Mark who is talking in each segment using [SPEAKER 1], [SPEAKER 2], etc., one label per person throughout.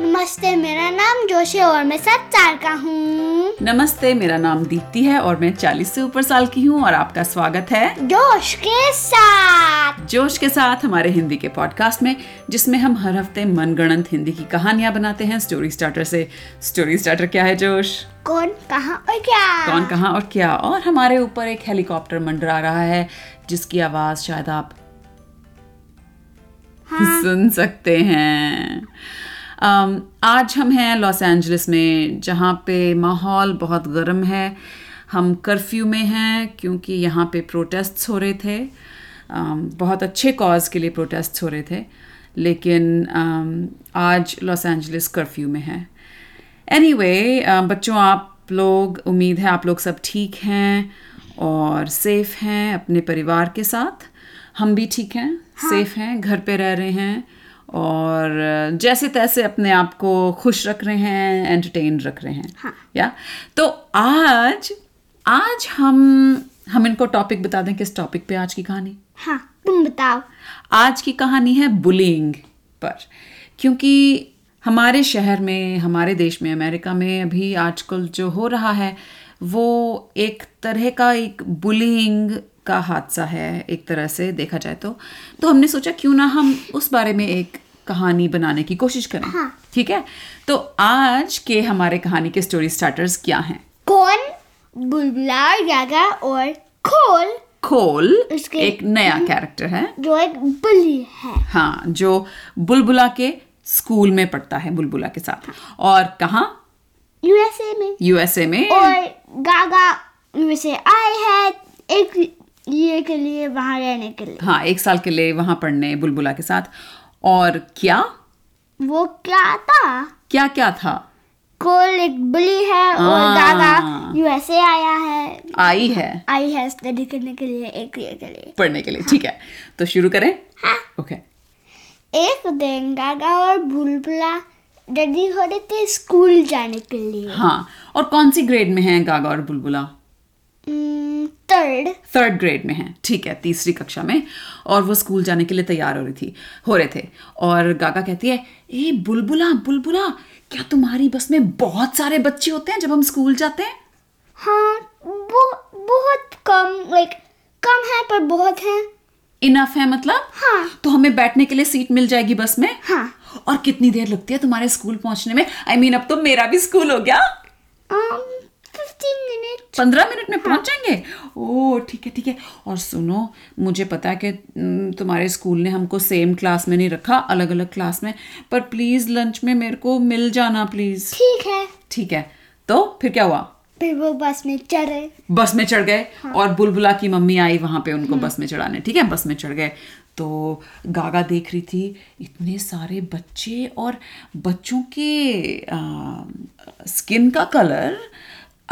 [SPEAKER 1] नमस्ते मेरा नाम जोशी और मैं सात चार का हूँ
[SPEAKER 2] नमस्ते मेरा नाम दीप्ति है और मैं 40 से ऊपर साल की हूँ और आपका स्वागत है
[SPEAKER 1] जोश के साथ
[SPEAKER 2] जोश के साथ हमारे हिंदी के पॉडकास्ट में जिसमें हम हर हफ्ते मनगणंत हिंदी की कहानियां बनाते हैं स्टोरी स्टार्टर से स्टोरी स्टार्टर क्या है जोश
[SPEAKER 1] कौन कहा और क्या
[SPEAKER 2] कौन कहाँ और क्या और हमारे ऊपर एक हेलीकॉप्टर मंडरा रहा है जिसकी आवाज शायद आप सुन सकते हैं अम, आज हम हैं लॉस एंजलिस में जहाँ पे माहौल बहुत गर्म है हम कर्फ्यू में हैं क्योंकि यहाँ पे प्रोटेस्ट्स हो रहे थे अम, बहुत अच्छे कॉज के लिए प्रोटेस्ट्स हो रहे थे लेकिन अम, आज लॉस एंजलिस कर्फ्यू में है एनीवे anyway, um, बच्चों आप लोग उम्मीद है आप लोग सब ठीक हैं और सेफ हैं अपने परिवार के साथ हम भी ठीक हैं सेफ हैं घर पे रह रहे हैं और जैसे तैसे अपने आप को खुश रख रहे हैं एंटरटेन रख रहे हैं या तो आज आज हम हम इनको टॉपिक बता दें किस टॉपिक पे आज की कहानी
[SPEAKER 1] हाँ तुम बताओ
[SPEAKER 2] आज की कहानी है बुलिंग पर क्योंकि हमारे शहर में हमारे देश में अमेरिका में अभी आजकल जो हो रहा है वो एक तरह का एक बुलिंग का हादसा है एक तरह से देखा जाए तो तो हमने सोचा क्यों ना हम उस बारे में एक कहानी बनाने की कोशिश करें
[SPEAKER 1] हाँ।
[SPEAKER 2] ठीक है तो आज के हमारे कहानी के स्टोरी स्टार्टर्स क्या हैं
[SPEAKER 1] कौन बुलबुला यागा और खोल
[SPEAKER 2] खोल
[SPEAKER 1] उसके-
[SPEAKER 2] एक नया कैरेक्टर है
[SPEAKER 1] जो एक बुली है
[SPEAKER 2] हाँ जो बुलबुला के स्कूल में पढ़ता है बुलबुला के साथ और कहाँ
[SPEAKER 1] यूएसए में
[SPEAKER 2] यूएसए में
[SPEAKER 1] और गागा यूएसए आए है एक ये के लिए वहाँ रहने के लिए
[SPEAKER 2] हाँ एक साल के लिए वहां पढ़ने बुलबुला के साथ और क्या
[SPEAKER 1] वो क्या था
[SPEAKER 2] क्या क्या था
[SPEAKER 1] कोल एक बुली है और
[SPEAKER 2] हाँ।
[SPEAKER 1] गागा यूएसए आया है
[SPEAKER 2] आई है
[SPEAKER 1] आई है स्टडी करने के लिए एक year के लिए
[SPEAKER 2] पढ़ने के लिए ठीक है तो शुरू करें ओके
[SPEAKER 1] एक दिन गागा और बुलबुला रेडी हो रहे थे स्कूल जाने के लिए
[SPEAKER 2] हाँ और कौन सी ग्रेड में है गागा और बुलबुला
[SPEAKER 1] थर्ड
[SPEAKER 2] थर्ड ग्रेड में है ठीक है तीसरी कक्षा में और वो स्कूल जाने के लिए तैयार हो रही थी हो रहे थे और गागा कहती है ए बुलबुला बुलबुला क्या तुम्हारी बस में बहुत सारे बच्चे होते हैं जब हम स्कूल जाते हैं
[SPEAKER 1] हाँ वो बहुत कम लाइक कम है पर बहुत है
[SPEAKER 2] इनफ है मतलब
[SPEAKER 1] हाँ।
[SPEAKER 2] तो हमें बैठने के लिए सीट मिल जाएगी बस में
[SPEAKER 1] हाँ।
[SPEAKER 2] और कितनी देर लगती है तुम्हारे स्कूल पहुंचने में आई I मीन mean, अब तो मेरा भी स्कूल हो गया
[SPEAKER 1] um, फिफ्टीन मिनट
[SPEAKER 2] पंद्रह मिनट में पहुंच जाएंगे ओ ठीक है ठीक है और सुनो मुझे पता है कि हम्म, तुम्हारे स्कूल ने हमको सेम क्लास में नहीं रखा अलग अलग क्लास में पर प्लीज लंच में मेरे को मिल जाना प्लीज
[SPEAKER 1] ठीक है
[SPEAKER 2] ठीक है तो फिर क्या हुआ
[SPEAKER 1] फिर वो बस में चढ़े
[SPEAKER 2] बस में चढ़ गए और बुलबुला की मम्मी आई वहां पे उनको बस में चढ़ाने ठीक है बस में चढ़ गए तो गागा देख रही थी इतने सारे बच्चे और बच्चों के स्किन का कलर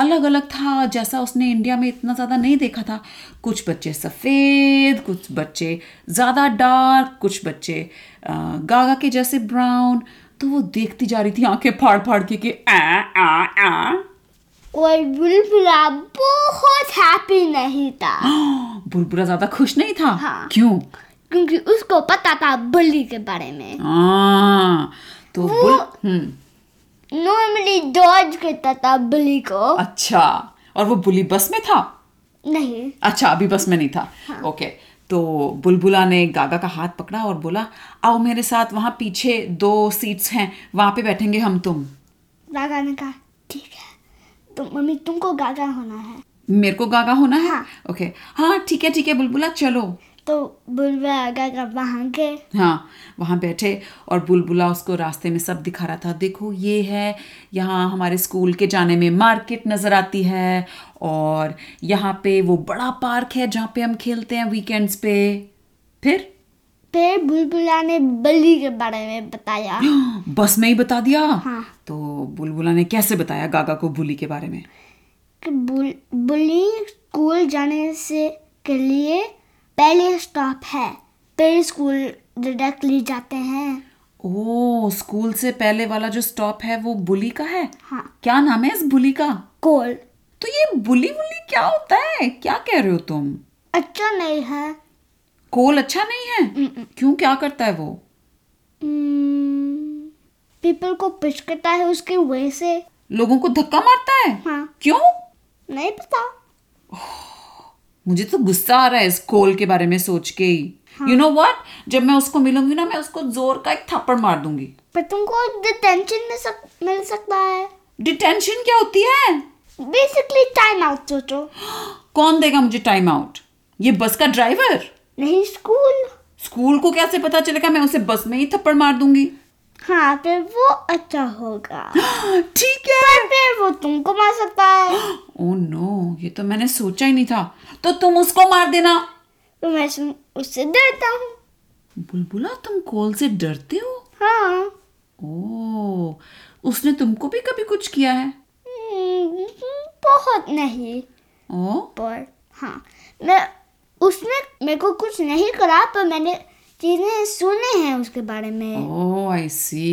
[SPEAKER 2] अलग अलग था जैसा उसने इंडिया में इतना ज़्यादा नहीं देखा था कुछ बच्चे सफ़ेद कुछ बच्चे ज़्यादा डार्क कुछ बच्चे अ, गागा के जैसे ब्राउन तो वो देखती जा रही थी आंखें फाड़ फाड़ के कि आ आ आ
[SPEAKER 1] और बुलबुला बहुत हैप्पी नहीं था
[SPEAKER 2] बुलबुला ज्यादा खुश नहीं था
[SPEAKER 1] हाँ।
[SPEAKER 2] क्यों
[SPEAKER 1] क्योंकि उसको पता था बुली के बारे में
[SPEAKER 2] आ, तो बुल हम्म,
[SPEAKER 1] नॉर्मली जॉर्ज कहता था बुली को
[SPEAKER 2] अच्छा और वो बुली बस में था
[SPEAKER 1] नहीं
[SPEAKER 2] अच्छा अभी बस में नहीं था
[SPEAKER 1] हाँ।
[SPEAKER 2] ओके तो बुलबुला ने गागा का हाथ पकड़ा और बोला आओ मेरे साथ वहाँ पीछे दो सीट्स हैं वहाँ पे बैठेंगे हम तुम
[SPEAKER 1] गागा ने कहा ठीक है तो मम्मी तुमको गागा होना है
[SPEAKER 2] मेरे को गागा होना है
[SPEAKER 1] हाँ।
[SPEAKER 2] ओके हाँ ठीक है ठीक है बुलबुला चलो
[SPEAKER 1] तो बुलबुला गागा वहाँ गए
[SPEAKER 2] हाँ वहाँ बैठे और बुलबुला उसको रास्ते में सब दिखा रहा था देखो ये है यहाँ हमारे स्कूल के जाने में मार्केट नज़र आती है और यहाँ पे वो बड़ा पार्क है जहाँ पे हम खेलते हैं वीकेंड्स पे फिर
[SPEAKER 1] फिर बुलबुला ने बली के बारे में बताया
[SPEAKER 2] बस में ही बता दिया
[SPEAKER 1] हाँ।
[SPEAKER 2] तो बुलबुला ने कैसे बताया गागा को बुली के बारे में
[SPEAKER 1] कि बुल बुली स्कूल जाने से के लिए पहले स्टॉप है फिर स्कूल डायरेक्टली जाते हैं
[SPEAKER 2] ओ स्कूल से पहले वाला जो स्टॉप है वो बुली का है
[SPEAKER 1] हाँ
[SPEAKER 2] क्या नाम है इस बुली का
[SPEAKER 1] कोल
[SPEAKER 2] तो ये बुली बुली क्या होता है क्या कह रहे हो तुम
[SPEAKER 1] अच्छा नहीं है
[SPEAKER 2] कोल अच्छा नहीं है क्यों क्या करता है वो
[SPEAKER 1] हम्म, पीपल हम्म, को पिचकता है उसके वे से
[SPEAKER 2] लोगों को धक्का मारता है
[SPEAKER 1] हाँ
[SPEAKER 2] क्यों
[SPEAKER 1] नहीं पता
[SPEAKER 2] मुझे तो गुस्सा आ रहा है इस कोल के बारे में सोच के ही यू नो व्हाट जब मैं उसको मिलूंगी ना मैं उसको जोर का एक थप्पड़ मार दूंगी
[SPEAKER 1] पर तुमको डिटेंशन में सक, मिल सकता है
[SPEAKER 2] डिटेंशन क्या होती है
[SPEAKER 1] बेसिकली टाइम आउट सोचो
[SPEAKER 2] कौन देगा मुझे टाइम आउट ये बस का ड्राइवर
[SPEAKER 1] नहीं स्कूल
[SPEAKER 2] स्कूल को कैसे पता चलेगा मैं उसे बस में ही थप्पड़ मार दूंगी
[SPEAKER 1] हाँ फिर वो अच्छा होगा
[SPEAKER 2] ठीक है
[SPEAKER 1] पर फिर वो तुमको मार सकता है
[SPEAKER 2] ओ नो ये तो मैंने सोचा ही नहीं था तो तुम उसको मार देना
[SPEAKER 1] तो मैं उस- उससे डरता हूँ
[SPEAKER 2] बुलबुला तुम कोल से डरते हो
[SPEAKER 1] हाँ
[SPEAKER 2] ओ उसने तुमको भी कभी कुछ किया है
[SPEAKER 1] हम्म, बहुत नहीं
[SPEAKER 2] ओ
[SPEAKER 1] पर हाँ मैं उसने मेरे को कुछ नहीं करा पर मैंने चीज़ें सुने हैं उसके बारे में
[SPEAKER 2] ओह आई सी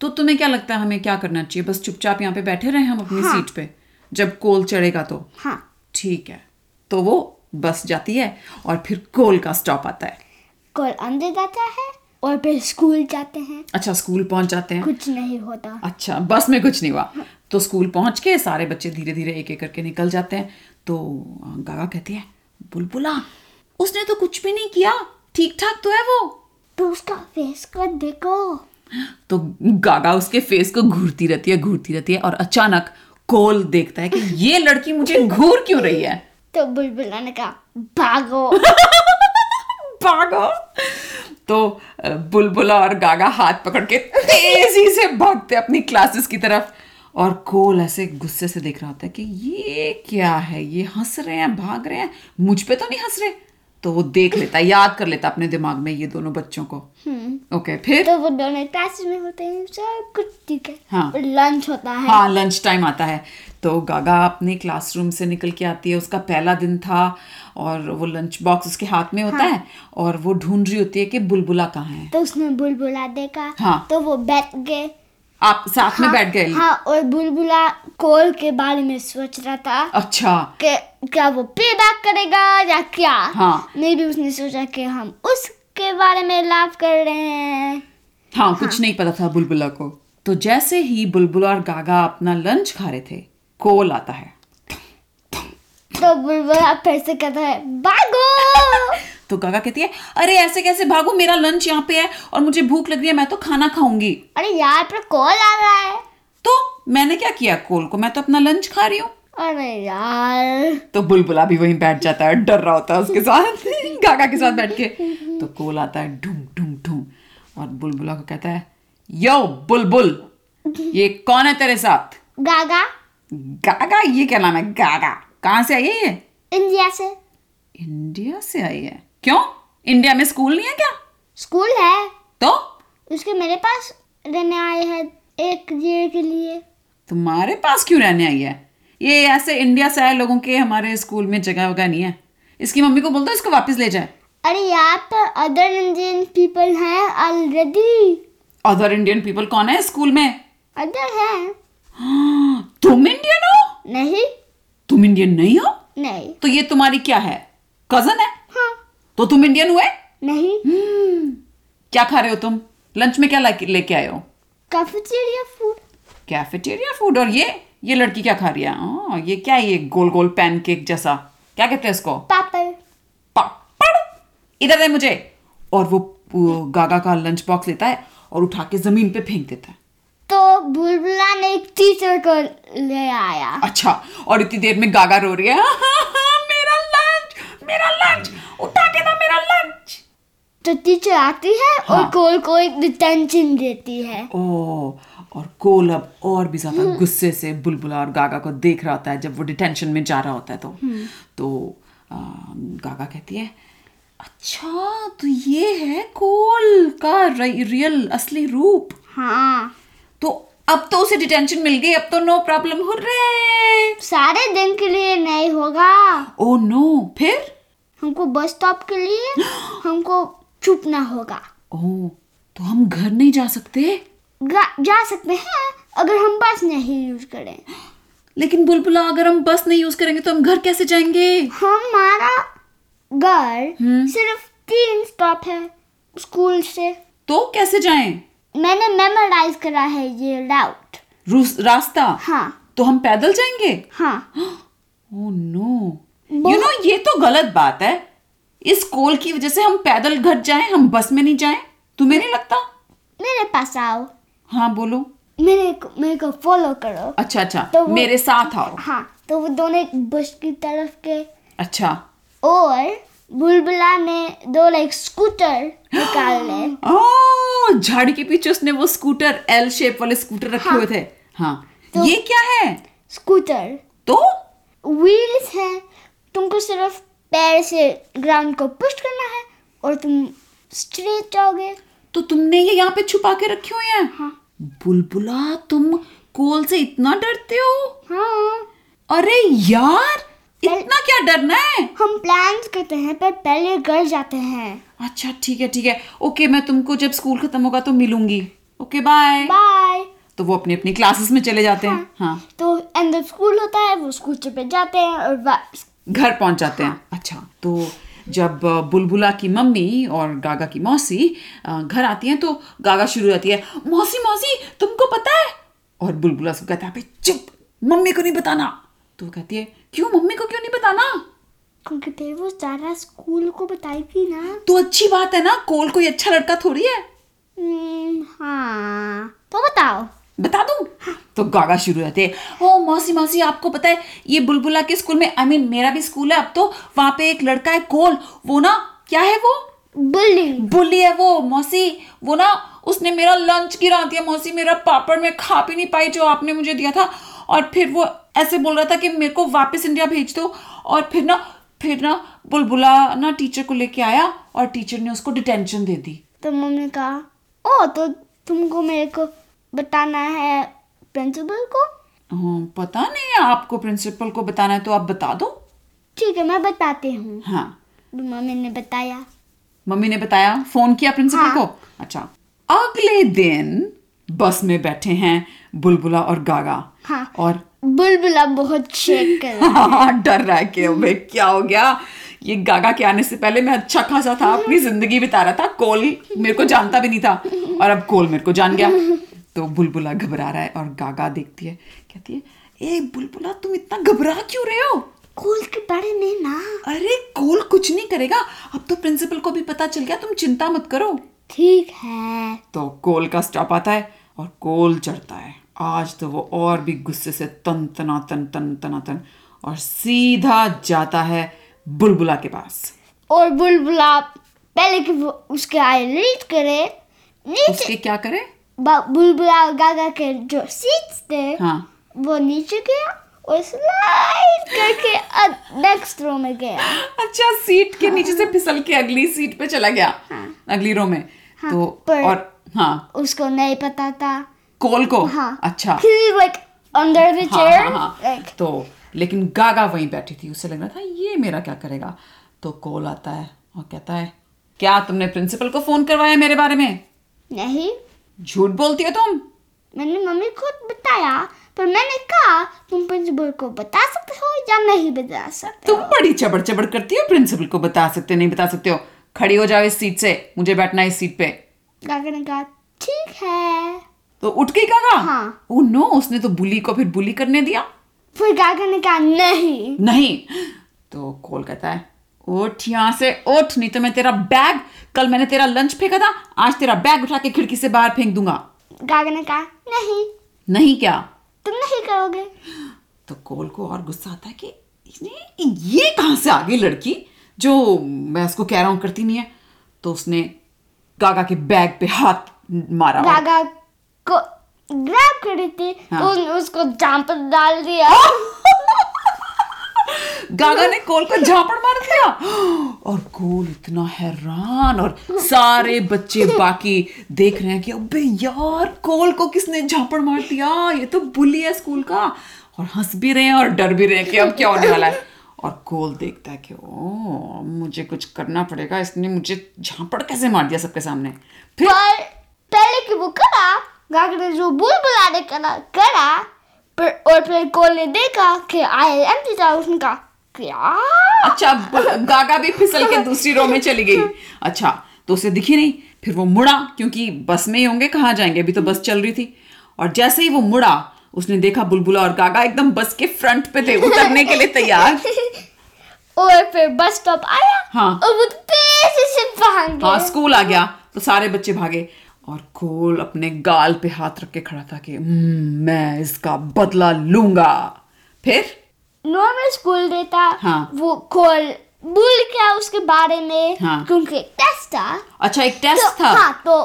[SPEAKER 2] तो तुम्हें क्या लगता है हमें क्या करना चाहिए बस चुपचाप यहाँ पे बैठे रहे हम अपनी
[SPEAKER 1] हाँ।
[SPEAKER 2] सीट पे जब कोल चढ़ेगा तो
[SPEAKER 1] हाँ
[SPEAKER 2] ठीक है तो वो बस जाती है और फिर कोल का स्टॉप आता है
[SPEAKER 1] कॉल अंदर जाता है और फिर स्कूल जाते हैं
[SPEAKER 2] अच्छा स्कूल पहुंच जाते हैं
[SPEAKER 1] कुछ नहीं होता
[SPEAKER 2] अच्छा बस में कुछ नहीं हुआ तो स्कूल पहुंच के सारे बच्चे धीरे धीरे एक एक करके निकल जाते हैं तो अ, गागा कहती है बुलबुला उसने तो कुछ भी नहीं किया ठीक ठाक तो है वो
[SPEAKER 1] तो उसका फेस को देखो
[SPEAKER 2] तो गागा उसके फेस को घूरती रहती है घूरती रहती है और अचानक कोल देखता है कि ये लड़की मुझे घूर क्यों रही है
[SPEAKER 1] तो बुलबुला ने कहा भागो
[SPEAKER 2] भागो तो अ, बुलबुला और गागा हाथ पकड़ के तेजी से भागते हैं अपनी क्लासेस की तरफ और कोल ऐसे गुस्से से देख रहा होता है कि ये क्या है ये हंस रहे हैं भाग रहे हैं मुझ पे तो नहीं हंस रहे तो वो देख लेता है याद कर लेता है अपने दिमाग में ये दोनों बच्चों को ओके फिर
[SPEAKER 1] तो वो दोनों क्लास में होते हैं सब कुछ ठीक है
[SPEAKER 2] हाँ।
[SPEAKER 1] और लंच होता है
[SPEAKER 2] हाँ लंच टाइम आता है तो गागा अपने क्लासरूम से निकल के आती है उसका पहला दिन था और वो लंच बॉक्स उसके हाथ में होता
[SPEAKER 1] हाँ।
[SPEAKER 2] है और वो ढूंढ रही होती है कि बुलबुला कहाँ है
[SPEAKER 1] तो उसने बुलबुला देखा
[SPEAKER 2] हाँ।
[SPEAKER 1] तो वो बैठ गए
[SPEAKER 2] आप साथ में बैठ गए
[SPEAKER 1] हाँ और बुलबुला कोल के बारे में सोच रहा था
[SPEAKER 2] अच्छा
[SPEAKER 1] कि क्या वो पे बैक करेगा या क्या
[SPEAKER 2] हाँ।
[SPEAKER 1] नहीं भी उसने सोचा कि हम उसके बारे में लाभ कर रहे हैं
[SPEAKER 2] हाँ कुछ नहीं पता था बुलबुला को तो जैसे ही बुलबुला और गागा अपना लंच खा रहे थे कोल आता है
[SPEAKER 1] तो बुलबुला फिर से कहता है भागो
[SPEAKER 2] तो गागा कहती है अरे ऐसे कैसे भागो मेरा लंच यहाँ पे है और मुझे भूख लग रही है मैं तो खाना खाऊंगी
[SPEAKER 1] अरे यार पर कॉल आ रहा है
[SPEAKER 2] तो मैंने क्या किया कोल को मैं तो अपना लंच खा रही हूँ
[SPEAKER 1] अरे यार
[SPEAKER 2] तो बुलबुला भी वहीं बैठ जाता है डर रहा होता है उसके साथ गागा के साथ बैठ के तो कोल आता है ढूम ढूम ढूम और बुलबुला को कहता है यो बुलबुल ये कौन है तेरे साथ
[SPEAKER 1] गागा
[SPEAKER 2] गागा ये क्या नाम है गागा कहाँ से आई है ये
[SPEAKER 1] इंडिया से
[SPEAKER 2] इंडिया से आई है क्यों इंडिया में स्कूल नहीं है क्या
[SPEAKER 1] स्कूल है
[SPEAKER 2] तो
[SPEAKER 1] उसके मेरे पास रहने आए हैं एक year के लिए
[SPEAKER 2] तुम्हारे पास क्यों रहने आई है ये ऐसे इंडिया से आए लोगों के हमारे स्कूल में जगह वगैरह नहीं है इसकी मम्मी को बोल दो इसको वापस ले जाए
[SPEAKER 1] अरे यहाँ पर अदर इंडियन पीपल हैं ऑलरेडी
[SPEAKER 2] अदर इंडियन पीपल कौन है स्कूल में
[SPEAKER 1] अदर हैं
[SPEAKER 2] हाँ, तुम इंडियन हो
[SPEAKER 1] नहीं
[SPEAKER 2] तुम इंडियन नहीं हो
[SPEAKER 1] नहीं
[SPEAKER 2] तो ये तुम्हारी क्या है कजन है
[SPEAKER 1] हाँ
[SPEAKER 2] तो तुम इंडियन हुए
[SPEAKER 1] नहीं
[SPEAKER 2] क्या खा रहे हो तुम लंच में क्या लाके- लेके आए हो
[SPEAKER 1] कैफेटेरिया फूड
[SPEAKER 2] कैफेटेरिया फूड और ये ये लड़की क्या खा रही है आ, ये क्या है ये गोल गोल पैनकेक जैसा क्या कहते हैं इसको
[SPEAKER 1] पापड़
[SPEAKER 2] पापड़ इधर दे मुझे और वो वो गागा का लंच बॉक्स लेता है और उठा के जमीन पे फेंक देता है
[SPEAKER 1] तो बुलबुला ने एक टीचर को ले आया
[SPEAKER 2] अच्छा और इतनी देर में गागा रो रही है मेरा लंच मेरा लंच उठा के दो मेरा लंच
[SPEAKER 1] तो टीचर आती है और
[SPEAKER 2] हाँ।
[SPEAKER 1] कोल को एक डिटेंशन देती है
[SPEAKER 2] ओ और कोल अब और भी ज्यादा गुस्से से बुलबुला और गागा को देख रहा होता है जब वो डिटेंशन में जा रहा होता है तो तो आ, गागा कहती है अच्छा तो ये है कोल का रि- रियल असली रूप
[SPEAKER 1] हाँ
[SPEAKER 2] तो अब तो उसे डिटेंशन मिल गई अब तो नो प्रॉब्लम हो रहे
[SPEAKER 1] सारे दिन के लिए नहीं होगा
[SPEAKER 2] ओ नो "Oh, फिर
[SPEAKER 1] हमको बस स्टॉप के लिए हमको छुपना होगा
[SPEAKER 2] ओ तो हम घर नहीं जा सकते
[SPEAKER 1] गा- जा सकते हैं अगर हम बस नहीं यूज करें
[SPEAKER 2] लेकिन बुलबुला अगर हम बस नहीं यूज करेंगे तो हम घर कैसे जाएंगे
[SPEAKER 1] हमारा घर सिर्फ तीन स्टॉप है स्कूल से
[SPEAKER 2] तो कैसे जाएं
[SPEAKER 1] मैंने मेमोराइज करा है ये राउट
[SPEAKER 2] रूस- रास्ता
[SPEAKER 1] हाँ
[SPEAKER 2] तो हम पैदल जाएंगे Oh,
[SPEAKER 1] हाँ
[SPEAKER 2] ओह नो यू नो ये तो गलत बात है इस कोल की वजह से हम पैदल घर जाएं हम बस में नहीं जाएं तुम्हें नहीं लगता
[SPEAKER 1] मेरे पास आओ
[SPEAKER 2] हाँ बोलो
[SPEAKER 1] मेरे को मेरे को फॉलो करो
[SPEAKER 2] अच्छा अच्छा
[SPEAKER 1] तो वो-
[SPEAKER 2] मेरे साथ आओ
[SPEAKER 1] हाँ तो वो दोनों एक बुश की तरफ गए
[SPEAKER 2] अच्छा
[SPEAKER 1] और बुलबुला ने दो लाइक स्कूटर निकाले
[SPEAKER 2] ओह झाड़ Oh, के पीछे उसने वो स्कूटर एल शेप वाले स्कूटर रखे हुए थे हाँ
[SPEAKER 1] तो-
[SPEAKER 2] ये क्या है
[SPEAKER 1] स्कूटर
[SPEAKER 2] तो
[SPEAKER 1] व्हील्स हैं तुमको सिर्फ पैर से ग्राउंड को पुश करना है और तुम स्ट्रेट जाओगे
[SPEAKER 2] तो तुमने ये यहाँ पे छुपा के रखे हुए हैं
[SPEAKER 1] हाँ
[SPEAKER 2] बुलबुला तुम कोल से इतना डरते हो
[SPEAKER 1] हाँ
[SPEAKER 2] अरे यार
[SPEAKER 1] पहले-
[SPEAKER 2] इतना क्या डरना है
[SPEAKER 1] हम प्लान्स करते हैं पर पहले घर जाते हैं
[SPEAKER 2] अच्छा ठीक है ठीक है ओके मैं तुमको जब स्कूल खत्म होगा तो मिलूंगी ओके बाय
[SPEAKER 1] बाय
[SPEAKER 2] तो वो अपनी अपनी क्लासेस में चले जाते हैं हाँ
[SPEAKER 1] तो एंड जब स्कूल होता है वो स्कूटर पे जाते हैं और वा-
[SPEAKER 2] घर पहुंच जाते हैं अच्छा तो जब अ, बुलबुला की मम्मी और गागा की मौसी अ, घर आती हैं तो गागा शुरू हो जाती है मौसी मौसी तुमको पता है और बुलबुला उसको कहता है "अबे, चुप मम्मी को नहीं बताना तो वो कहती है क्यों मम्मी को क्यों नहीं बताना
[SPEAKER 1] क्योंकि फिर वो सारा स्कूल को बताएगी ना
[SPEAKER 2] तो अच्छी बात है ना कोल कोई अच्छा लड़का थोड़ी है
[SPEAKER 1] हम्म, हाँ तो बताओ
[SPEAKER 2] बता दूं तो गागा शुरू हो जाते हैं ओ मौसी मौसी आपको पता है ये बुलबुला के स्कूल में आई मीन मेरा भी स्कूल है अब तो वहां पे एक लड़का है कोल वो ना क्या है वो
[SPEAKER 1] बुलिंग
[SPEAKER 2] बुली है वो मौसी वो ना उसने मेरा लंच गिरा दिया मौसी मेरा पापड़ में खा भी नहीं पाई जो आपने मुझे दिया था और फिर वो ऐसे बोल रहा था कि मेरे को वापस इंडिया भेज दो और फिर ना फिर ना बुलबुला ना टीचर को लेके आया और टीचर ने उसको डिटेंशन दे दी
[SPEAKER 1] तो मम्मी ने कहा ओ तो तुमको मेरे को बताना है प्रिंसिपल को
[SPEAKER 2] हाँ, पता नहीं है आपको प्रिंसिपल को बताना है तो आप बता दो
[SPEAKER 1] ठीक है मैं बताती हूँ
[SPEAKER 2] हाँ
[SPEAKER 1] तो मम्मी ने बताया
[SPEAKER 2] मम्मी ने बताया फोन किया प्रिंसिपल
[SPEAKER 1] हाँ।
[SPEAKER 2] को अच्छा अगले दिन बस में बैठे हैं बुलबुला और गागा
[SPEAKER 1] हाँ।
[SPEAKER 2] और
[SPEAKER 1] बुलबुला बहुत शेक कर रहा
[SPEAKER 2] हाँ, डर रहा है कि अबे क्या हो गया ये गागा के आने से पहले मैं अच्छा खासा था अपनी जिंदगी बिता रहा था कोल मेरे को जानता भी नहीं था और अब कोल मेरे को जान गया तो बुलबुला घबरा रहा है और गागा देखती है कहती है ए बुलबुला तुम इतना घबरा क्यों रहे हो
[SPEAKER 1] स्कूल के बारे में ना
[SPEAKER 2] अरे कोल कुछ नहीं करेगा अब तो प्रिंसिपल को भी पता चल गया तुम चिंता मत करो
[SPEAKER 1] ठीक है
[SPEAKER 2] तो कोल का स्टॉप आता है और कोल चढ़ता है आज तो वो और भी गुस्से से तन तना तन तन तना तन और सीधा जाता है बुलबुला के पास
[SPEAKER 1] और बुलबुला पहले कि वो उसके आई रीड करे नीचे
[SPEAKER 2] उसके क्या करे
[SPEAKER 1] ब- बुलबुला और गागा के जो सीट्स थे
[SPEAKER 2] हाँ
[SPEAKER 1] वो नीचे गया और स्लाइड करके नेक्स्ट रो में गया
[SPEAKER 2] अच्छा सीट के नीचे से फिसल के अगली सीट पे चला गया अगली रो में तो
[SPEAKER 1] हाँ। पर-
[SPEAKER 2] और हाँ
[SPEAKER 1] उसको नहीं पता था
[SPEAKER 2] कोल को
[SPEAKER 1] हाँ
[SPEAKER 2] अच्छा
[SPEAKER 1] he like under the
[SPEAKER 2] हाँ,
[SPEAKER 1] chair
[SPEAKER 2] हाँ, हाँ।
[SPEAKER 1] like
[SPEAKER 2] तो लेकिन गागा वहीं बैठी थी उसे लग रहा था ये मेरा क्या करेगा तो कोल आता है और कहता है क्या तुमने प्रिंसिपल को फोन करवाया मेरे बारे में
[SPEAKER 1] नहीं
[SPEAKER 2] झूठ बोलती हो तुम
[SPEAKER 1] मैंने मम्मी को बताया पर मैंने कहा तुम प्रिंसिपल को बता सकते हो या नहीं बता सकते
[SPEAKER 2] तुम बड़ी चबड़ चबड़ करती हो प्रिंसिपल को बता सकते हो, नहीं बता सकते हो खड़ी हो जाओ इस सीट से मुझे बैठना है इस सीट पे
[SPEAKER 1] गागा ने कहा ठीक है
[SPEAKER 2] तो उठ गई गागा
[SPEAKER 1] हाँ।
[SPEAKER 2] ओ नो उसने तो बुली को फिर बुली करने दिया
[SPEAKER 1] फिर गागा ने कहा नहीं
[SPEAKER 2] नहीं तो कोल कहता है उठ यहाँ से उठ नहीं तो मैं तेरा बैग कल मैंने तेरा लंच फेंका था आज तेरा बैग उठा के खिड़की से बाहर फेंक दूंगा
[SPEAKER 1] गागा ने कहा नहीं
[SPEAKER 2] नहीं क्या
[SPEAKER 1] तुम नहीं करोगे
[SPEAKER 2] तो कोल को और गुस्सा आता है कि इसने ये कहाँ से आ गई लड़की जो मैं उसको कह रहा हूँ करती नहीं है तो उसने गागा के बैग पे हाथ मारा और-
[SPEAKER 1] गागा को ग्रैब कर रही थी
[SPEAKER 2] हाँ।
[SPEAKER 1] तो उसने उसको जाम पर डाल दिया
[SPEAKER 2] गागा ने कोल को झापड़ मार दिया और कोल इतना हैरान और सारे बच्चे बाकी देख रहे हैं कि अबे यार कोल को किसने झापड़ मार दिया ये तो बुली है स्कूल का और हंस भी रहे हैं और डर भी रहे हैं कि अब क्या होने वाला है और कोल देखता है कि ओ मुझे कुछ करना पड़ेगा इसने मुझे झापड़ कैसे मार दिया सबके सामने फिर
[SPEAKER 1] पर पहले कि वो करा गागर ने जो बुल बुलाने करा करा पर और फिर कोल ने देखा कि आई एम टीचर उसने कहा क्या
[SPEAKER 2] अच्छा ब- गागा भी फिसल के दूसरी रो में चली गई अच्छा तो उसे दिखी नहीं फिर वो मुड़ा क्योंकि बस में ही होंगे कहाँ जाएंगे अभी तो बस चल रही थी और जैसे ही वो मुड़ा उसने देखा बुलबुला और काका एकदम बस के फ्रंट पे थे उतरने के लिए तैयार
[SPEAKER 1] और फिर बस स्टॉप आया
[SPEAKER 2] हाँ।
[SPEAKER 1] और वो तेजी से भाग
[SPEAKER 2] हाँ
[SPEAKER 1] गया
[SPEAKER 2] स्कूल आ गया तो सारे बच्चे भागे और कोल अपने गाल पे हाथ रख के खड़ा था कि "हम्म, मैं इसका बदला लूंगा फिर
[SPEAKER 1] नॉर्मल स्कूल देता
[SPEAKER 2] हाँ।
[SPEAKER 1] वो कॉल भूल गया उसके बारे में
[SPEAKER 2] हाँ।
[SPEAKER 1] क्योंकि टेस्ट था
[SPEAKER 2] अच्छा एक
[SPEAKER 1] तो
[SPEAKER 2] टेस्ट था
[SPEAKER 1] हाँ तो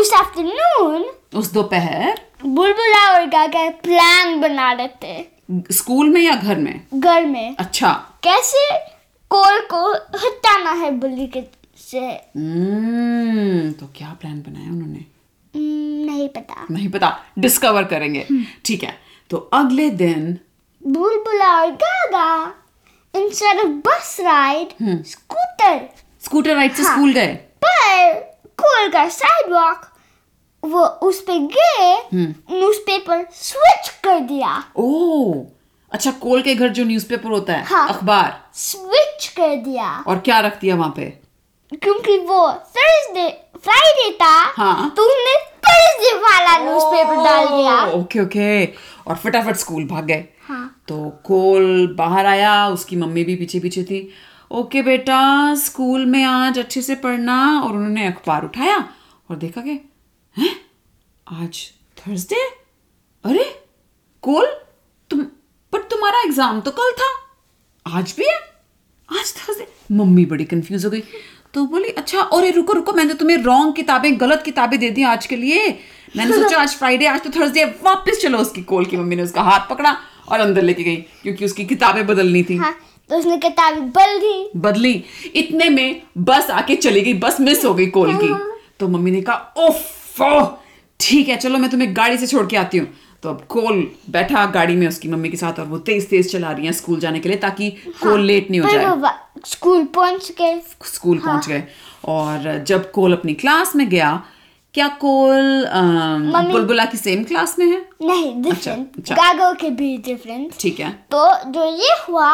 [SPEAKER 1] उस आफ्टरनून
[SPEAKER 2] उस दोपहर
[SPEAKER 1] बुलबुला और गागा प्लान बना रहे थे
[SPEAKER 2] स्कूल में या घर में
[SPEAKER 1] घर में
[SPEAKER 2] अच्छा
[SPEAKER 1] कैसे कॉल को हटाना है बुल्ली के से
[SPEAKER 2] हम्म, तो क्या प्लान बनाया उन्होंने
[SPEAKER 1] हम्म, नहीं पता
[SPEAKER 2] नहीं पता डिस्कवर करेंगे
[SPEAKER 1] हम्म।
[SPEAKER 2] ठीक है तो अगले दिन
[SPEAKER 1] बुलबुला और Gaga instead of bus ride
[SPEAKER 2] hmm.
[SPEAKER 1] Scooter
[SPEAKER 2] scooter ride से
[SPEAKER 1] हाँ।
[SPEAKER 2] स्कूल गए
[SPEAKER 1] पर कूल का साइडवॉक वो उस पे गए
[SPEAKER 2] हम्म।
[SPEAKER 1] न्यूज़पेपर स्विच कर दिया
[SPEAKER 2] ओ अच्छा कोल के घर जो न्यूज़पेपर होता है
[SPEAKER 1] हाँ।
[SPEAKER 2] अखबार
[SPEAKER 1] स्विच कर दिया
[SPEAKER 2] और क्या रख दिया वहां पे
[SPEAKER 1] क्योंकि वो थर्सडे फ्राइडे था
[SPEAKER 2] हाँ। Oh।
[SPEAKER 1] तो उन्होंने थर्सडे वाला न्यूज़पेपर हाँ, डाल दिया
[SPEAKER 2] ओके ओके और फटाफट स्कूल भाग गए
[SPEAKER 1] हाँ।
[SPEAKER 2] तो कोल बाहर आया उसकी मम्मी भी पीछे पीछे थी ओके बेटा स्कूल में आज अच्छे से पढ़ना और उन्होंने अखबार उठाया और देखा कि हैं आज थर्सडे अरे कोल तुम पर तुम्हारा एग्जाम तो कल था आज भी है आज थर्सडे मम्मी बड़ी कंफ्यूज हो गई तो बोली अच्छा अरे रुको रुको मैंने तुम्हें रॉन्ग किताबें गलत किताबें दे दी आज के लिए मैंने सोचा आज फ्राइडे आज तो थर्सडे है वापस चलो उसकी कोल की मम्मी ने उसका हाथ पकड़ा और अंदर लेके गई क्योंकि उसकी किताबें बदलनी थी
[SPEAKER 1] हाँ तो उसने किताबें बल दी
[SPEAKER 2] बदली इतने में बस आके चली गई बस मिस हो गई कोल की
[SPEAKER 1] हाँ।
[SPEAKER 2] तो मम्मी ने कहा ओफ ठीक है चलो मैं तुम्हें गाड़ी से छोड़ के आती हूँ तो अब कोल बैठा गाड़ी में उसकी मम्मी के साथ और वो तेज तेज चला रही है स्कूल जाने के लिए ताकि कोल लेट नहीं हो
[SPEAKER 1] हाँ, पर
[SPEAKER 2] जाए
[SPEAKER 1] वो हाँ। वा- स्कूल पहुंच गए
[SPEAKER 2] स्कूल पहुंच गए और जब कोल अपनी क्लास में गया क्या कोल अम,
[SPEAKER 1] मम्मी-
[SPEAKER 2] बुलबुला की सेम क्लास में है
[SPEAKER 1] नहीं डिफरेंट
[SPEAKER 2] अच्छा।
[SPEAKER 1] गागो के भी डिफरेंट
[SPEAKER 2] ठीक है
[SPEAKER 1] तो जो ये हुआ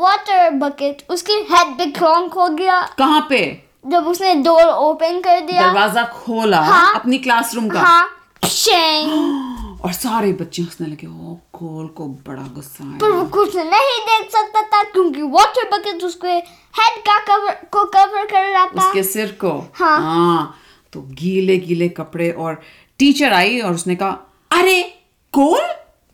[SPEAKER 1] वाटर बकेट उसके हेड पे क्रॉन्क हो गया
[SPEAKER 2] कहाँ पे
[SPEAKER 1] जब उसने डोर ओपन कर दिया
[SPEAKER 2] दरवाजा खोला
[SPEAKER 1] हाँ।
[SPEAKER 2] अपनी क्लासरूम का
[SPEAKER 1] हाँ शेंग
[SPEAKER 2] और सारे बच्चे हंसने लगे ओ कोल को बड़ा गुस्सा
[SPEAKER 1] पर
[SPEAKER 2] आया
[SPEAKER 1] तो वो कुछ नहीं देख सकता था क्योंकि वाटर बकेट उसके हेड का कवर को कवर कर रहा था
[SPEAKER 2] उसके सिर को
[SPEAKER 1] हाँ।
[SPEAKER 2] तो गीले गीले कपड़े और टीचर आई और उसने कहा अरे कोल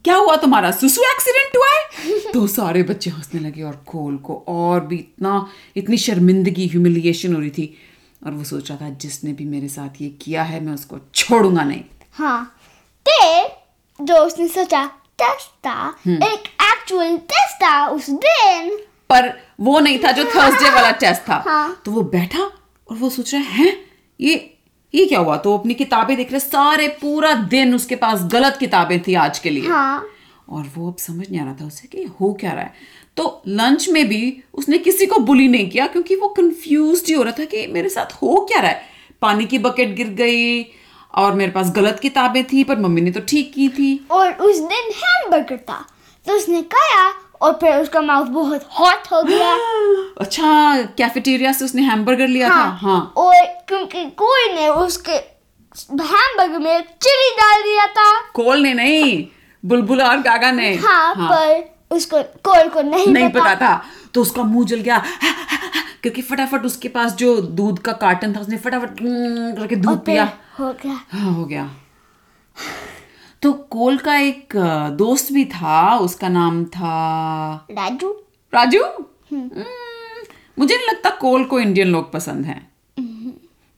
[SPEAKER 2] क्या हुआ तुम्हारा सुसु एक्सीडेंट हुआ है तो सारे बच्चे हंसने लगे और कोल को और भी इतना इतनी शर्मिंदगी ह्यूमिलिएशन हो रही थी और वो सोच रहा था जिसने भी मेरे साथ ये किया है मैं उसको छोड़ूंगा नहीं
[SPEAKER 1] हाँ फिर जो उसने सोचा टेस्ट था
[SPEAKER 2] हम्म।
[SPEAKER 1] एक एक्चुअल टेस्ट था उस दिन
[SPEAKER 2] पर वो नहीं था जो थर्सडे वाला टेस्ट था
[SPEAKER 1] हाँ।
[SPEAKER 2] तो वो बैठा और वो सोच रहा है "हैं? ये ये क्या हुआ तो वो अपनी किताबें देख रहे सारे पूरा दिन उसके पास गलत किताबें थी आज के लिए
[SPEAKER 1] हाँ
[SPEAKER 2] और वो अब समझ नहीं आ रहा था उसे कि हो क्या रहा है तो लंच में भी उसने किसी को बुली नहीं किया क्योंकि वो कंफ्यूज ही हो रहा था कि मेरे साथ हो क्या रहा है पानी की बकेट गिर गई और मेरे पास गलत किताबें थी पर मम्मी ने तो ठीक की थी
[SPEAKER 1] और उस दिन हैमबर्गर था तो उसने खाया और फिर उसका माउथ बहुत हॉट हो गया
[SPEAKER 2] अच्छा कैफेटेरिया से उसने हैमबर्गर लिया था हाँ
[SPEAKER 1] और क्योंकि कोई ने उसके हैमबर्गर में चिली डाल दिया था
[SPEAKER 2] कोल ने नहीं बुलबुला और गागा ने
[SPEAKER 1] हाँ, पर उसको कोल को नहीं,
[SPEAKER 2] नहीं पता था तो उसका मुंह जल गया क्योंकि फटाफट उसके पास जो दूध का कार्टन था उसने फटाफट "हम्म" करके
[SPEAKER 1] और
[SPEAKER 2] दूध
[SPEAKER 1] फिर
[SPEAKER 2] पिया
[SPEAKER 1] हो गया
[SPEAKER 2] हाँ हो गया तो कोल का एक अ, दोस्त भी था उसका नाम था
[SPEAKER 1] राजू
[SPEAKER 2] राजू हम्म, मुझे नहीं लगता कोल को इंडियन लोग पसंद हैं
[SPEAKER 1] हम्म।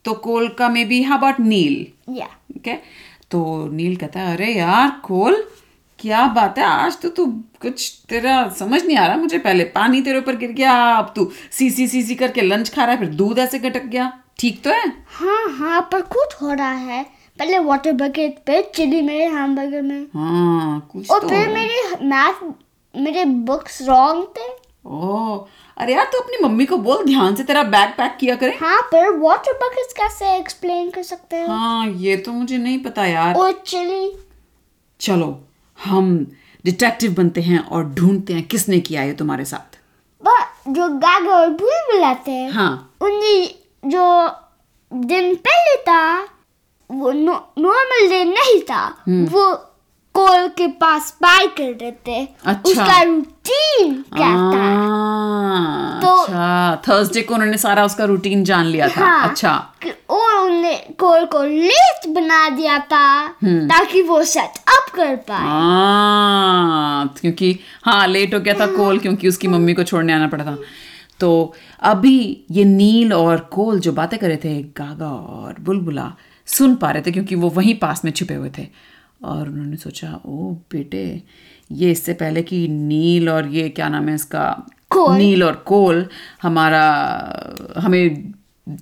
[SPEAKER 2] तो कोल का maybe how about Neil
[SPEAKER 1] या
[SPEAKER 2] ठीक है तो नील कहता है अरे यार कोल क्या बात है आज तो तू कुछ तेरा समझ नहीं आ रहा मुझे पहले पानी तेरे ऊपर गिर गया अब तू सी सी सी सी करके लंच खा रहा है फिर दूध ऐसे गटक गया ठीक तो है
[SPEAKER 1] हाँ हाँ पर कुछ हो रहा है पहले वाटर बकेट पे चिली मेरे हैमबर्गर में
[SPEAKER 2] हाँ कुछ
[SPEAKER 1] और
[SPEAKER 2] तो
[SPEAKER 1] फिर
[SPEAKER 2] है।
[SPEAKER 1] मेरे मैथ मेरे बुक्स रॉन्ग थे
[SPEAKER 2] ओ अरे यार तू अपनी मम्मी को बोल ध्यान से तेरा बैग पैक किया करे
[SPEAKER 1] हाँ पर वाटर बकेट कैसे एक्सप्लेन कर सकते हैं
[SPEAKER 2] हाँ ये तो मुझे नहीं पता यार
[SPEAKER 1] और चिली
[SPEAKER 2] चलो हम डिटेक्टिव बनते हैं और ढूंढते हैं किसने किया ये तुम्हारे साथ
[SPEAKER 1] वह जो गागा और बुलबुला थे
[SPEAKER 2] हाँ
[SPEAKER 1] उन्हें जो दिन पहले था वो नॉर्मल दिन नहीं था वो कोल के पास पार कर रहे थे
[SPEAKER 2] अच्छा।
[SPEAKER 1] उसका रूटीन क्या था
[SPEAKER 2] आ,
[SPEAKER 1] तो-
[SPEAKER 2] अच्छा थर्सडे को उन्होंने सारा उसका रूटीन जान लिया था
[SPEAKER 1] हाँ।
[SPEAKER 2] अच्छा
[SPEAKER 1] कि और उन्होंने कोल को लिस्ट बना दिया था ताकि वो सेट अप कर पाए
[SPEAKER 2] हाँ क्योंकि हाँ लेट हो गया था कोल क्योंकि उसकी मम्मी को छोड़ने आना पड़ा था तो अभी ये नील और कोल जो बातें कर रहे थे गागा और बुलबुला सुन पा रहे थे क्योंकि वो वहीं पास में छिपे हुए थे और उन्होंने सोचा ओ बेटे ये इससे पहले कि नील और ये क्या नाम है इसका
[SPEAKER 1] कोल।
[SPEAKER 2] नील और कोल हमारा हमें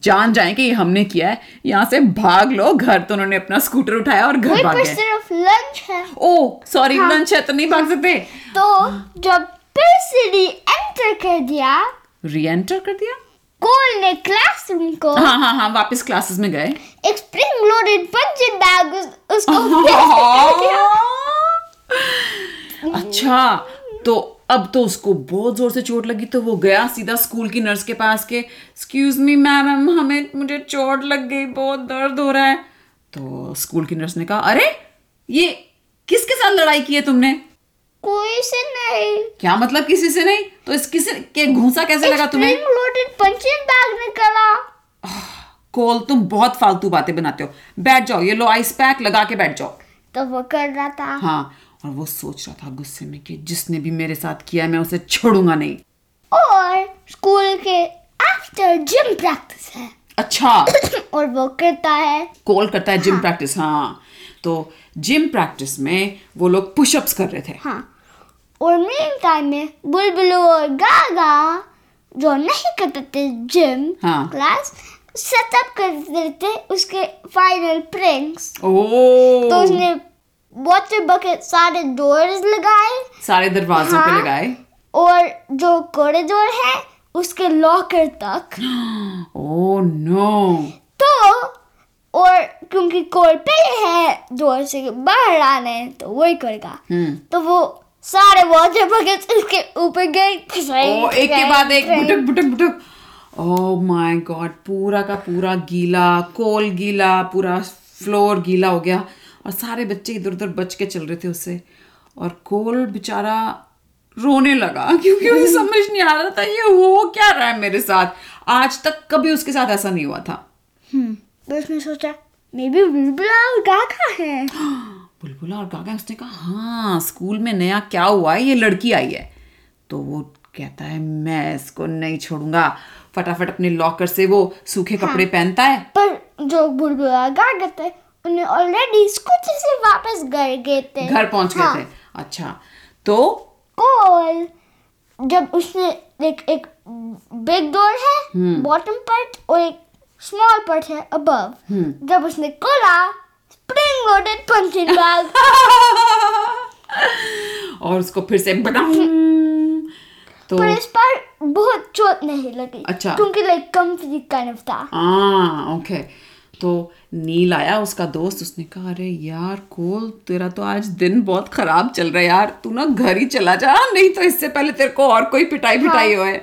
[SPEAKER 2] जान जाए कि ये हमने किया है यहाँ से भाग लो घर तो उन्होंने अपना स्कूटर उठाया और घर
[SPEAKER 1] कोई
[SPEAKER 2] भाग
[SPEAKER 1] पर
[SPEAKER 2] गए
[SPEAKER 1] सिर्फ लंच है
[SPEAKER 2] ओ सॉरी लंच है तो नहीं भाग सकते
[SPEAKER 1] तो जब फिर सीढ़ी एंटर कर दिया
[SPEAKER 2] रीएंटर कर दिया
[SPEAKER 1] कोल ने क्लासरूम को
[SPEAKER 2] हाँ हाँ हाँ वापस क्लासेस में गए
[SPEAKER 1] एक स्प्रिंग लोडेड पंचिंग बैग उस, उसको फेंक दिया।
[SPEAKER 2] अच्छा तो अब तो उसको बहुत जोर से चोट लगी तो वो गया सीधा स्कूल की नर्स के पास के एक्सक्यूज मी मैडम हमें मुझे चोट लग गई बहुत दर्द हो रहा है तो स्कूल की नर्स ने कहा अरे ये किसके साथ लड़ाई की है तुमने
[SPEAKER 1] कोई से नहीं
[SPEAKER 2] क्या मतलब किसी से नहीं तो इस किसी के घूसा कैसे लगा तुम्हें
[SPEAKER 1] स्प्रिंग लोडेड पंचिंग बैग निकला
[SPEAKER 2] कोल तुम बहुत फालतू बातें बनाते हो बैठ जाओ ये लो आइस पैक लगा के बैठ जाओ
[SPEAKER 1] तो वो कर रहा था
[SPEAKER 2] हाँ और वो सोच रहा था गुस्से में कि जिसने भी मेरे साथ किया है, मैं उसे छोड़ूंगा नहीं
[SPEAKER 1] और स्कूल के आफ्टर जिम प्रैक्टिस है
[SPEAKER 2] अच्छा
[SPEAKER 1] और वो करता है
[SPEAKER 2] कोल करता है जिम प्रैक्टिस हाँ तो जिम प्रैक्टिस में वो लोग पुशअप्स कर रहे थे
[SPEAKER 1] हाँ और मेन टाइम में बुलबुल और गागा जो नहीं करते थे जिम
[SPEAKER 2] हाँ।
[SPEAKER 1] क्लास सेटअप कर देते थे उसके फाइनल प्रैंक्स तो
[SPEAKER 2] ओ
[SPEAKER 1] उसने वाटर बकेट सारे डोर्स लगाए
[SPEAKER 2] सारे दरवाजों पे
[SPEAKER 1] हाँ।
[SPEAKER 2] लगाए
[SPEAKER 1] और जो कॉरिडोर है उसके लॉकर तक
[SPEAKER 2] ओ नो
[SPEAKER 1] तो और क्योंकि कोल पहले है डोर से बाहर आना है तो वही करेगा
[SPEAKER 2] हम्म
[SPEAKER 1] तो वो सारे वाटर बकेट उसके ऊपर गए फिसले,
[SPEAKER 2] ओ Oh, एक के
[SPEAKER 1] फिसले,
[SPEAKER 2] बाद एक
[SPEAKER 1] फिसले।
[SPEAKER 2] बुटक बुटक बुटक ओ माय गॉड पूरा का पूरा गीला कोल गीला पूरा फ्लोर गीला हो गया और सारे बच्चे इधर उधर बच के चल रहे थे उससे और कोल बेचारा रोने लगा क्योंकि उसे समझ नहीं आ रहा था ये हो क्या रहा है मेरे साथ आज तक कभी उसके साथ ऐसा नहीं हुआ था
[SPEAKER 1] हम्म, तो उसने सोचा मे बी बुलबुला और गागा है
[SPEAKER 2] बुलबुला और गागा उसने कहा हाँ स्कूल में नया क्या हुआ है ये लड़की आई है तो वो कहता है मैं इसको नहीं छोड़ूंगा फटाफट अपने लॉकर से वो सूखे
[SPEAKER 1] हाँ।
[SPEAKER 2] कपड़े पहनता है
[SPEAKER 1] पर जो बुलबुला और गागा थे उन्हें ऑलरेडी स्कूटी से वापस घर गए थे
[SPEAKER 2] घर पहुंच
[SPEAKER 1] हाँ,
[SPEAKER 2] गए थे अच्छा तो
[SPEAKER 1] कोल जब उसने एक एक बिग डोर है
[SPEAKER 2] हम्म।
[SPEAKER 1] बॉटम पार्ट और एक स्मॉल पार्ट है अबव
[SPEAKER 2] हम्म।
[SPEAKER 1] जब उसने खोला स्प्रिंग लोडेड पंचिंग बैग
[SPEAKER 2] और उसको फिर से बडाम तो
[SPEAKER 1] पर इस बार बहुत चोट नहीं लगी
[SPEAKER 2] अच्छा।
[SPEAKER 1] क्योंकि लाइक कंफी काइंड ऑफ था
[SPEAKER 2] हाँ ओके तो नील आया उसका दोस्त उसने कहा अरे यार कोल तेरा तो आज दिन बहुत खराब चल रहा है यार तू ना घर ही चला जा नहीं तो इससे पहले तेरे को और कोई पिटाई
[SPEAKER 1] हाँ।
[SPEAKER 2] पिटाई होए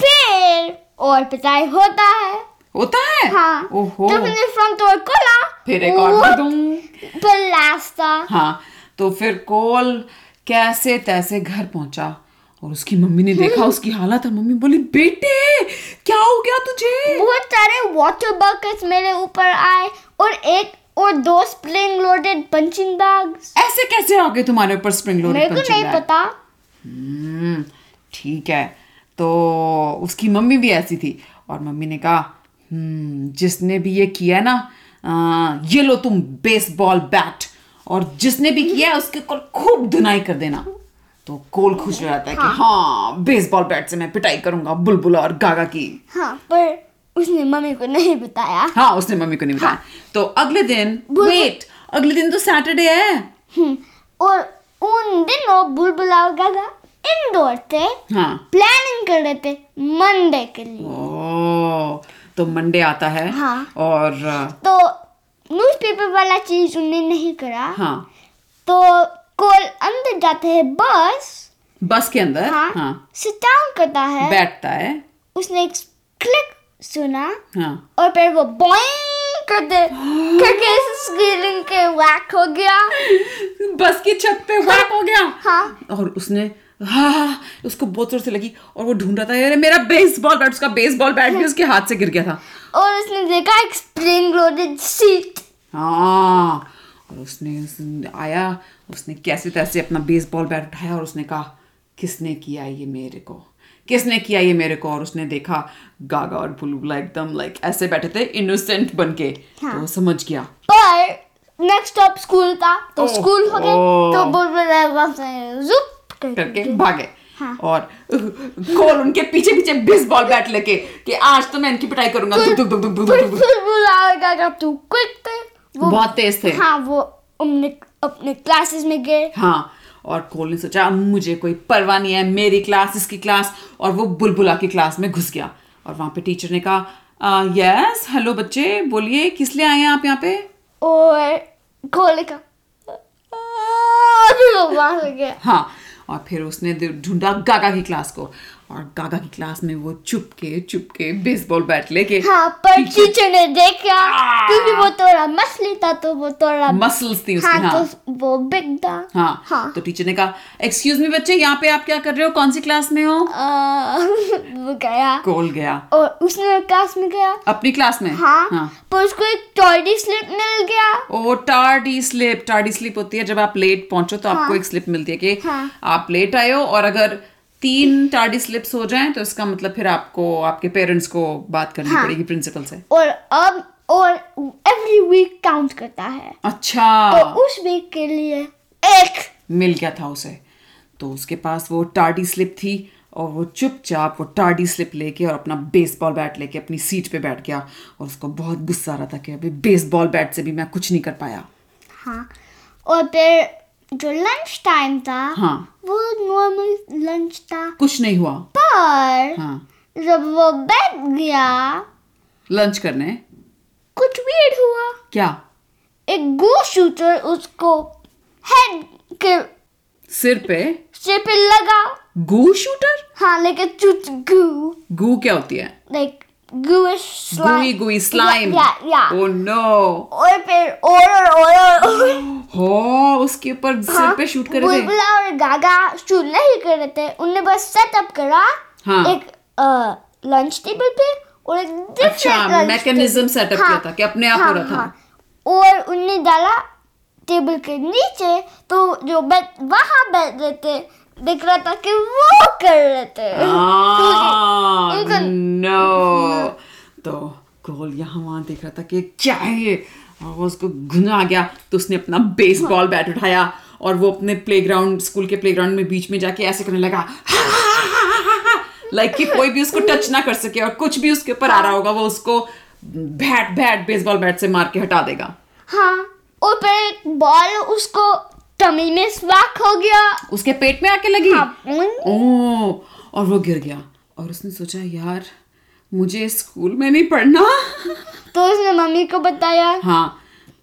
[SPEAKER 1] फिर और पिटाई होता है
[SPEAKER 2] होता है
[SPEAKER 1] हाँ
[SPEAKER 2] ओहो
[SPEAKER 1] जब मैंने फ्रंट डोर खोला
[SPEAKER 2] फिर एक और
[SPEAKER 1] वो
[SPEAKER 2] दे दूं
[SPEAKER 1] पर लास्ट था
[SPEAKER 2] हाँ तो फिर कोल कैसे तैसे घर पहुंचा और उसकी मम्मी ने देखा उसकी हालत और मम्मी बोली बेटे क्या हो गया तुझे
[SPEAKER 1] बहुत सारे वाटर बकेट्स मेरे ऊपर आए और एक और दो स्प्रिंग लोडेड पंचिंग बैग्स
[SPEAKER 2] ऐसे कैसे आ गए तुम्हारे ऊपर स्प्रिंग
[SPEAKER 1] मेरे
[SPEAKER 2] लोडेड
[SPEAKER 1] को नहीं पता
[SPEAKER 2] हम्म, ठीक है तो उसकी मम्मी भी ऐसी थी और मम्मी ने कहा "हम्म, जिसने भी ये किया है ना आ, ये लो तुम बेसबॉल बैट और जिसने भी किया है उसके ऊपर खूब धुनाई कर देना तो कोल खुश हो जाता है कि हाँ बेसबॉल बैट से मैं पिटाई करूंगा बुलबुला और गागा की
[SPEAKER 1] हाँ पर उसने मम्मी को नहीं बताया
[SPEAKER 2] हाँ उसने मम्मी को नहीं बताया तो अगले दिन
[SPEAKER 1] बुलबुल-
[SPEAKER 2] वेट अगले दिन तो सैटरडे है
[SPEAKER 1] हम्म, और उन दिनों बुलबुला और गागा इंडोर थे
[SPEAKER 2] हाँ
[SPEAKER 1] प्लानिंग कर रहे थे मंडे के लिए
[SPEAKER 2] ओ तो मंडे आता है
[SPEAKER 1] हाँ।
[SPEAKER 2] और अ,
[SPEAKER 1] तो न्यूज़पेपर वाला चीज उन्हें नहीं करा
[SPEAKER 2] हाँ
[SPEAKER 1] तो कोल अंदर जाते हैं बस
[SPEAKER 2] बस के अंदर
[SPEAKER 1] हाँ,
[SPEAKER 2] हाँ
[SPEAKER 1] सिट डाउन करता है
[SPEAKER 2] बैठता है
[SPEAKER 1] उसने एक क्लिक सुना
[SPEAKER 2] हाँ
[SPEAKER 1] और फिर वो बॉइंग करते करके स्क्रीन के वैक हो गया
[SPEAKER 2] बस की छत पे वैप हो गया
[SPEAKER 1] हाँ।
[SPEAKER 2] और उसने हाँ उसको बहुत जोर से लगी और वो ढूंढ रहा था अरे मेरा बेसबॉल बैट उसका बेसबॉल बैट भी उसके हाथ से गिर गया था
[SPEAKER 1] और उसने देखा एक स्प्रिंग लोडेड सीट
[SPEAKER 2] हाँ और उसने उसने आया उसने कैसे तैसे अपना बेसबॉल बैट उठाया और उसने कहा किसने किया ये मेरे को किसने किया ये मेरे को और उसने देखा गागा और बुलबुला एकदम लाइक ऐसे बैठे थे इनोसेंट बन के तो वो समझ गया
[SPEAKER 1] पर नेक्स्ट स्टॉप स्कूल था तो
[SPEAKER 2] ओह,
[SPEAKER 1] स्कूल हो गए
[SPEAKER 2] ओह।
[SPEAKER 1] तो बुलबुल जुप
[SPEAKER 2] करके
[SPEAKER 1] करके
[SPEAKER 2] भागे
[SPEAKER 1] हाँ।
[SPEAKER 2] और कोल उनके पीछे पीछे बेसबॉल बैट लेके कि आज तो मैं इनकी पिटाई करूंगा दुक दुक दुक दुक दुक दुक, दुक।
[SPEAKER 1] बुलबुल आएगा जब तू क्विक थे तो वो
[SPEAKER 2] बहुत तेज थे
[SPEAKER 1] हाँ वो अपने अपने क्लासेस में गए
[SPEAKER 2] हाँ और कोल ने सोचा मुझे कोई परवाह नहीं है मेरी क्लास इसकी क्लास और वो बुलबुला की क्लास में घुस गया और वहां पे टीचर ने कहा यस हेलो बच्चे बोलिए किस लिए आए हैं आप यहाँ पे
[SPEAKER 1] और कोले का अभी वो वहाँ हो गया
[SPEAKER 2] हाँ और फिर उसने दे- ढूंढा गागा की क्लास को और गागा की क्लास में वो चुपके चुपके बेसबॉल बैट लेके
[SPEAKER 1] हाँ पर टीचर ने देखा
[SPEAKER 2] हाँ।
[SPEAKER 1] क्योंकि वो थोड़ा मछली था तो वो थोड़ा
[SPEAKER 2] मसल्स थी
[SPEAKER 1] हाँ
[SPEAKER 2] उसकी हाँ
[SPEAKER 1] तो वो बिग था
[SPEAKER 2] हाँ,
[SPEAKER 1] हाँ।
[SPEAKER 2] तो टीचर ने कहा एक्सक्यूज मी बच्चे यहाँ पे आप क्या कर रहे हो कौन सी क्लास में हो
[SPEAKER 1] आ, वो गया
[SPEAKER 2] कोल गया
[SPEAKER 1] और उसने क्लास में गया
[SPEAKER 2] अपनी क्लास में
[SPEAKER 1] हाँ, पर उसको एक टॉयलेट स्लिप मिल गया
[SPEAKER 2] ओ टार्डी स्लिप टार्डी स्लिप होती है जब आप लेट पहुंचो तो आपको
[SPEAKER 1] हाँ।
[SPEAKER 2] एक स्लिप मिलती है कि
[SPEAKER 1] हाँ।
[SPEAKER 2] आप लेट आए हो और अगर तीन टार्डी स्लिप्स हो जाएं तो इसका मतलब फिर आपको आपके पेरेंट्स को बात करनी
[SPEAKER 1] हाँ।
[SPEAKER 2] पड़ेगी प्रिंसिपल से
[SPEAKER 1] और अब और एवरी वीक काउंट करता है
[SPEAKER 2] अच्छा
[SPEAKER 1] और उस वीक के लिए एक
[SPEAKER 2] मिल गया था उसे तो उसके पास वो टार्डी स्लिप थी और वो चुपचाप वो टार्डी स्लिप लेके और अपना बेसबॉल बैट लेके अपनी सीट पे बैठ गया और उसको बहुत गुस्सा आ रहा था कि अभी बेसबॉल बैट से भी मैं कुछ नहीं कर पाया
[SPEAKER 1] हाँ और फिर जो लंच टाइम था
[SPEAKER 2] हाँ
[SPEAKER 1] वो नॉर्मल लंच था
[SPEAKER 2] कुछ नहीं हुआ
[SPEAKER 1] पर
[SPEAKER 2] हाँ
[SPEAKER 1] जब वो बैठ गया
[SPEAKER 2] लंच करने
[SPEAKER 1] कुछ वीड हुआ
[SPEAKER 2] क्या
[SPEAKER 1] एक गो शूटर उसको हेड के
[SPEAKER 2] सिर पे
[SPEAKER 1] सिर पे लगा
[SPEAKER 2] गू शूटर
[SPEAKER 1] हाँ लेकिन चुच गू
[SPEAKER 2] गू क्या होती है
[SPEAKER 1] like gooish slime.
[SPEAKER 2] Gooey gooey slime
[SPEAKER 1] Yeah, yeah. yeah.
[SPEAKER 2] Oh no
[SPEAKER 1] और फिर और और और और- और
[SPEAKER 2] हो उसके ऊपर
[SPEAKER 1] हाँ,
[SPEAKER 2] सिर पे शूट कर रहे थे
[SPEAKER 1] बुलबुला और गागा शूट नहीं कर रहे थे उनने बस सेटअप करा
[SPEAKER 2] हाँ।
[SPEAKER 1] एक लंच टेबल पे और एक different
[SPEAKER 2] अच्छा
[SPEAKER 1] lunch
[SPEAKER 2] मैकेनिज्म
[SPEAKER 1] table.
[SPEAKER 2] सेटअप
[SPEAKER 1] हाँ,
[SPEAKER 2] किया था कि अपने आप हो
[SPEAKER 1] हाँ,
[SPEAKER 2] रहा था
[SPEAKER 1] हाँ। और उनने डाला टेबल के नीचे तो जो बैठ वहां बैठ रहे थे दिख रहा था कि वो कर रहे थे
[SPEAKER 2] हाँ। Ah,
[SPEAKER 1] उनका-
[SPEAKER 2] no. तो गोल यहाँ वहां देख रहा था कि क्या है ये और वो उसको घुना आ गया तो उसने अपना बेसबॉल बैट उठाया और वो अपने प्लेग्राउंड स्कूल के प्लेग्राउंड में बीच में जाके ऐसे करने लगा लाइक कि कोई भी उसको टच ना कर सके और कुछ भी उसके ऊपर आ रहा होगा वो उसको बैट बैट बेसबॉल बैट से मार के हटा देगा
[SPEAKER 1] हाँ और फिर एक बॉल उसको टमी में स्वैक हो गया
[SPEAKER 2] उसके पेट में आके लगी
[SPEAKER 1] हाँ, उन-
[SPEAKER 2] ओ और वो गिर गया और उसने सोचा यार मुझे स्कूल में नहीं पढ़ना
[SPEAKER 1] तो उसने मम्मी को बताया
[SPEAKER 2] हाँ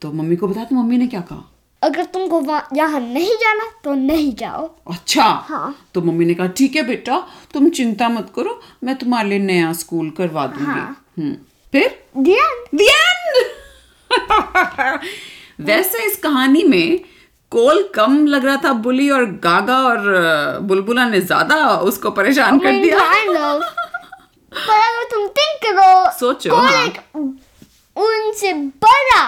[SPEAKER 2] तो मम्मी को बताया तो मम्मी ने क्या कहा
[SPEAKER 1] अगर तुमको वहाँ- यहाँ नहीं जाना तो नहीं जाओ
[SPEAKER 2] अच्छा
[SPEAKER 1] हाँ।
[SPEAKER 2] तो मम्मी ने कहा ठीक है बेटा तुम चिंता मत करो मैं तुम्हारे लिए नया स्कूल करवा दूंगी
[SPEAKER 1] हाँ।
[SPEAKER 2] हम्म, फिर
[SPEAKER 1] ध्यान
[SPEAKER 2] The end! वैसे इस कहानी में कोल कम लग रहा था बुली और गागा और अ, बुलबुला ने ज्यादा उसको परेशान कर दिया
[SPEAKER 1] kind of. पर अगर तुम थिंक करो
[SPEAKER 2] सोचो,
[SPEAKER 1] कोई
[SPEAKER 2] हाँ।
[SPEAKER 1] एक उनसे बड़ा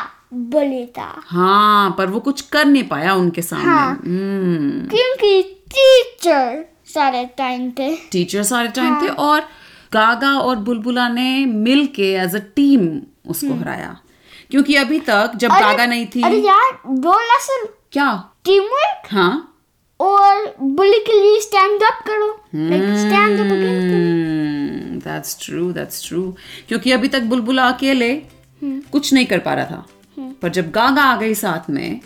[SPEAKER 1] बलि था
[SPEAKER 2] हाँ पर वो कुछ कर नहीं पाया उनके सामने
[SPEAKER 1] हाँ।
[SPEAKER 2] हम्म।
[SPEAKER 1] क्योंकि टीचर सारे टाइम पे
[SPEAKER 2] टीचर सारे टाइम थे
[SPEAKER 1] हाँ।
[SPEAKER 2] और गागा और बुलबुला ने मिल के एज अ टीम उसको हराया क्योंकि अभी तक जब
[SPEAKER 1] हम्म। अरे-
[SPEAKER 2] गागा नहीं थी
[SPEAKER 1] अरे यार दो लेसन
[SPEAKER 2] क्या
[SPEAKER 1] टीम वर्क
[SPEAKER 2] हाँ
[SPEAKER 1] और बुली के लिए स्टैंड अप करो like stand up
[SPEAKER 2] hmm.
[SPEAKER 1] Against
[SPEAKER 2] that's true that's true क्योंकि अभी तक बुलबुला अकेले
[SPEAKER 1] हम्म।
[SPEAKER 2] कुछ नहीं कर पा रहा था पर जब गागा आ गई साथ में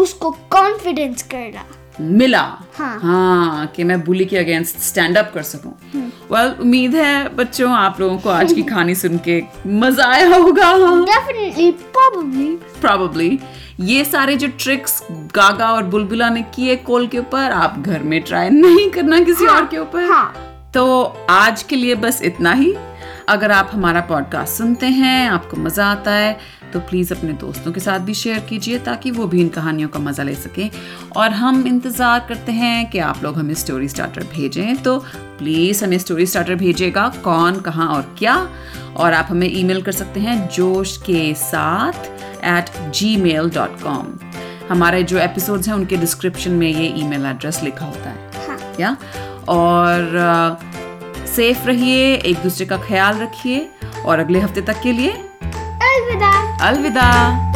[SPEAKER 1] उसको कॉन्फिडेंस करना
[SPEAKER 2] मिला
[SPEAKER 1] हाँ।
[SPEAKER 2] हाँ कि मैं बुली के अगेंस्ट स्टैंड अप कर सकूं
[SPEAKER 1] हम्म।
[SPEAKER 2] वेल well, उम्मीद है बच्चों आप लोगों को आज की कहानी सुन के मजा आया होगा
[SPEAKER 1] डेफिनेटली probably
[SPEAKER 2] प्रॉबली ये सारे जो ट्रिक्स गागा और बुलबुला ने किए कोल के ऊपर आप घर में ट्राई नहीं करना किसी और के ऊपर
[SPEAKER 1] हाँ।
[SPEAKER 2] तो आज के लिए बस इतना ही अगर आप हमारा पॉडकास्ट सुनते हैं आपको मज़ा आता है तो प्लीज़ अपने दोस्तों के साथ भी शेयर कीजिए ताकि वो भी इन कहानियों का मज़ा ले सकें और हम इंतज़ार करते हैं कि आप लोग हमें स्टोरी स्टार्टर भेजें तो प्लीज़ हमें स्टोरी स्टार्टर भेजिएगा कौन कहाँ और क्या और आप हमें ईमेल कर सकते हैं जोश के साथ at Gmail dot com हमारे जो एपिसोड्स हैं उनके डिस्क्रिप्शन में ये ईमेल एड्रेस लिखा होता है
[SPEAKER 1] हाँ
[SPEAKER 2] या और सेफ रहिए एक दूसरे का ख्याल रखिए और अगले हफ्ते तक के लिए
[SPEAKER 1] अलविदा
[SPEAKER 2] अलविदा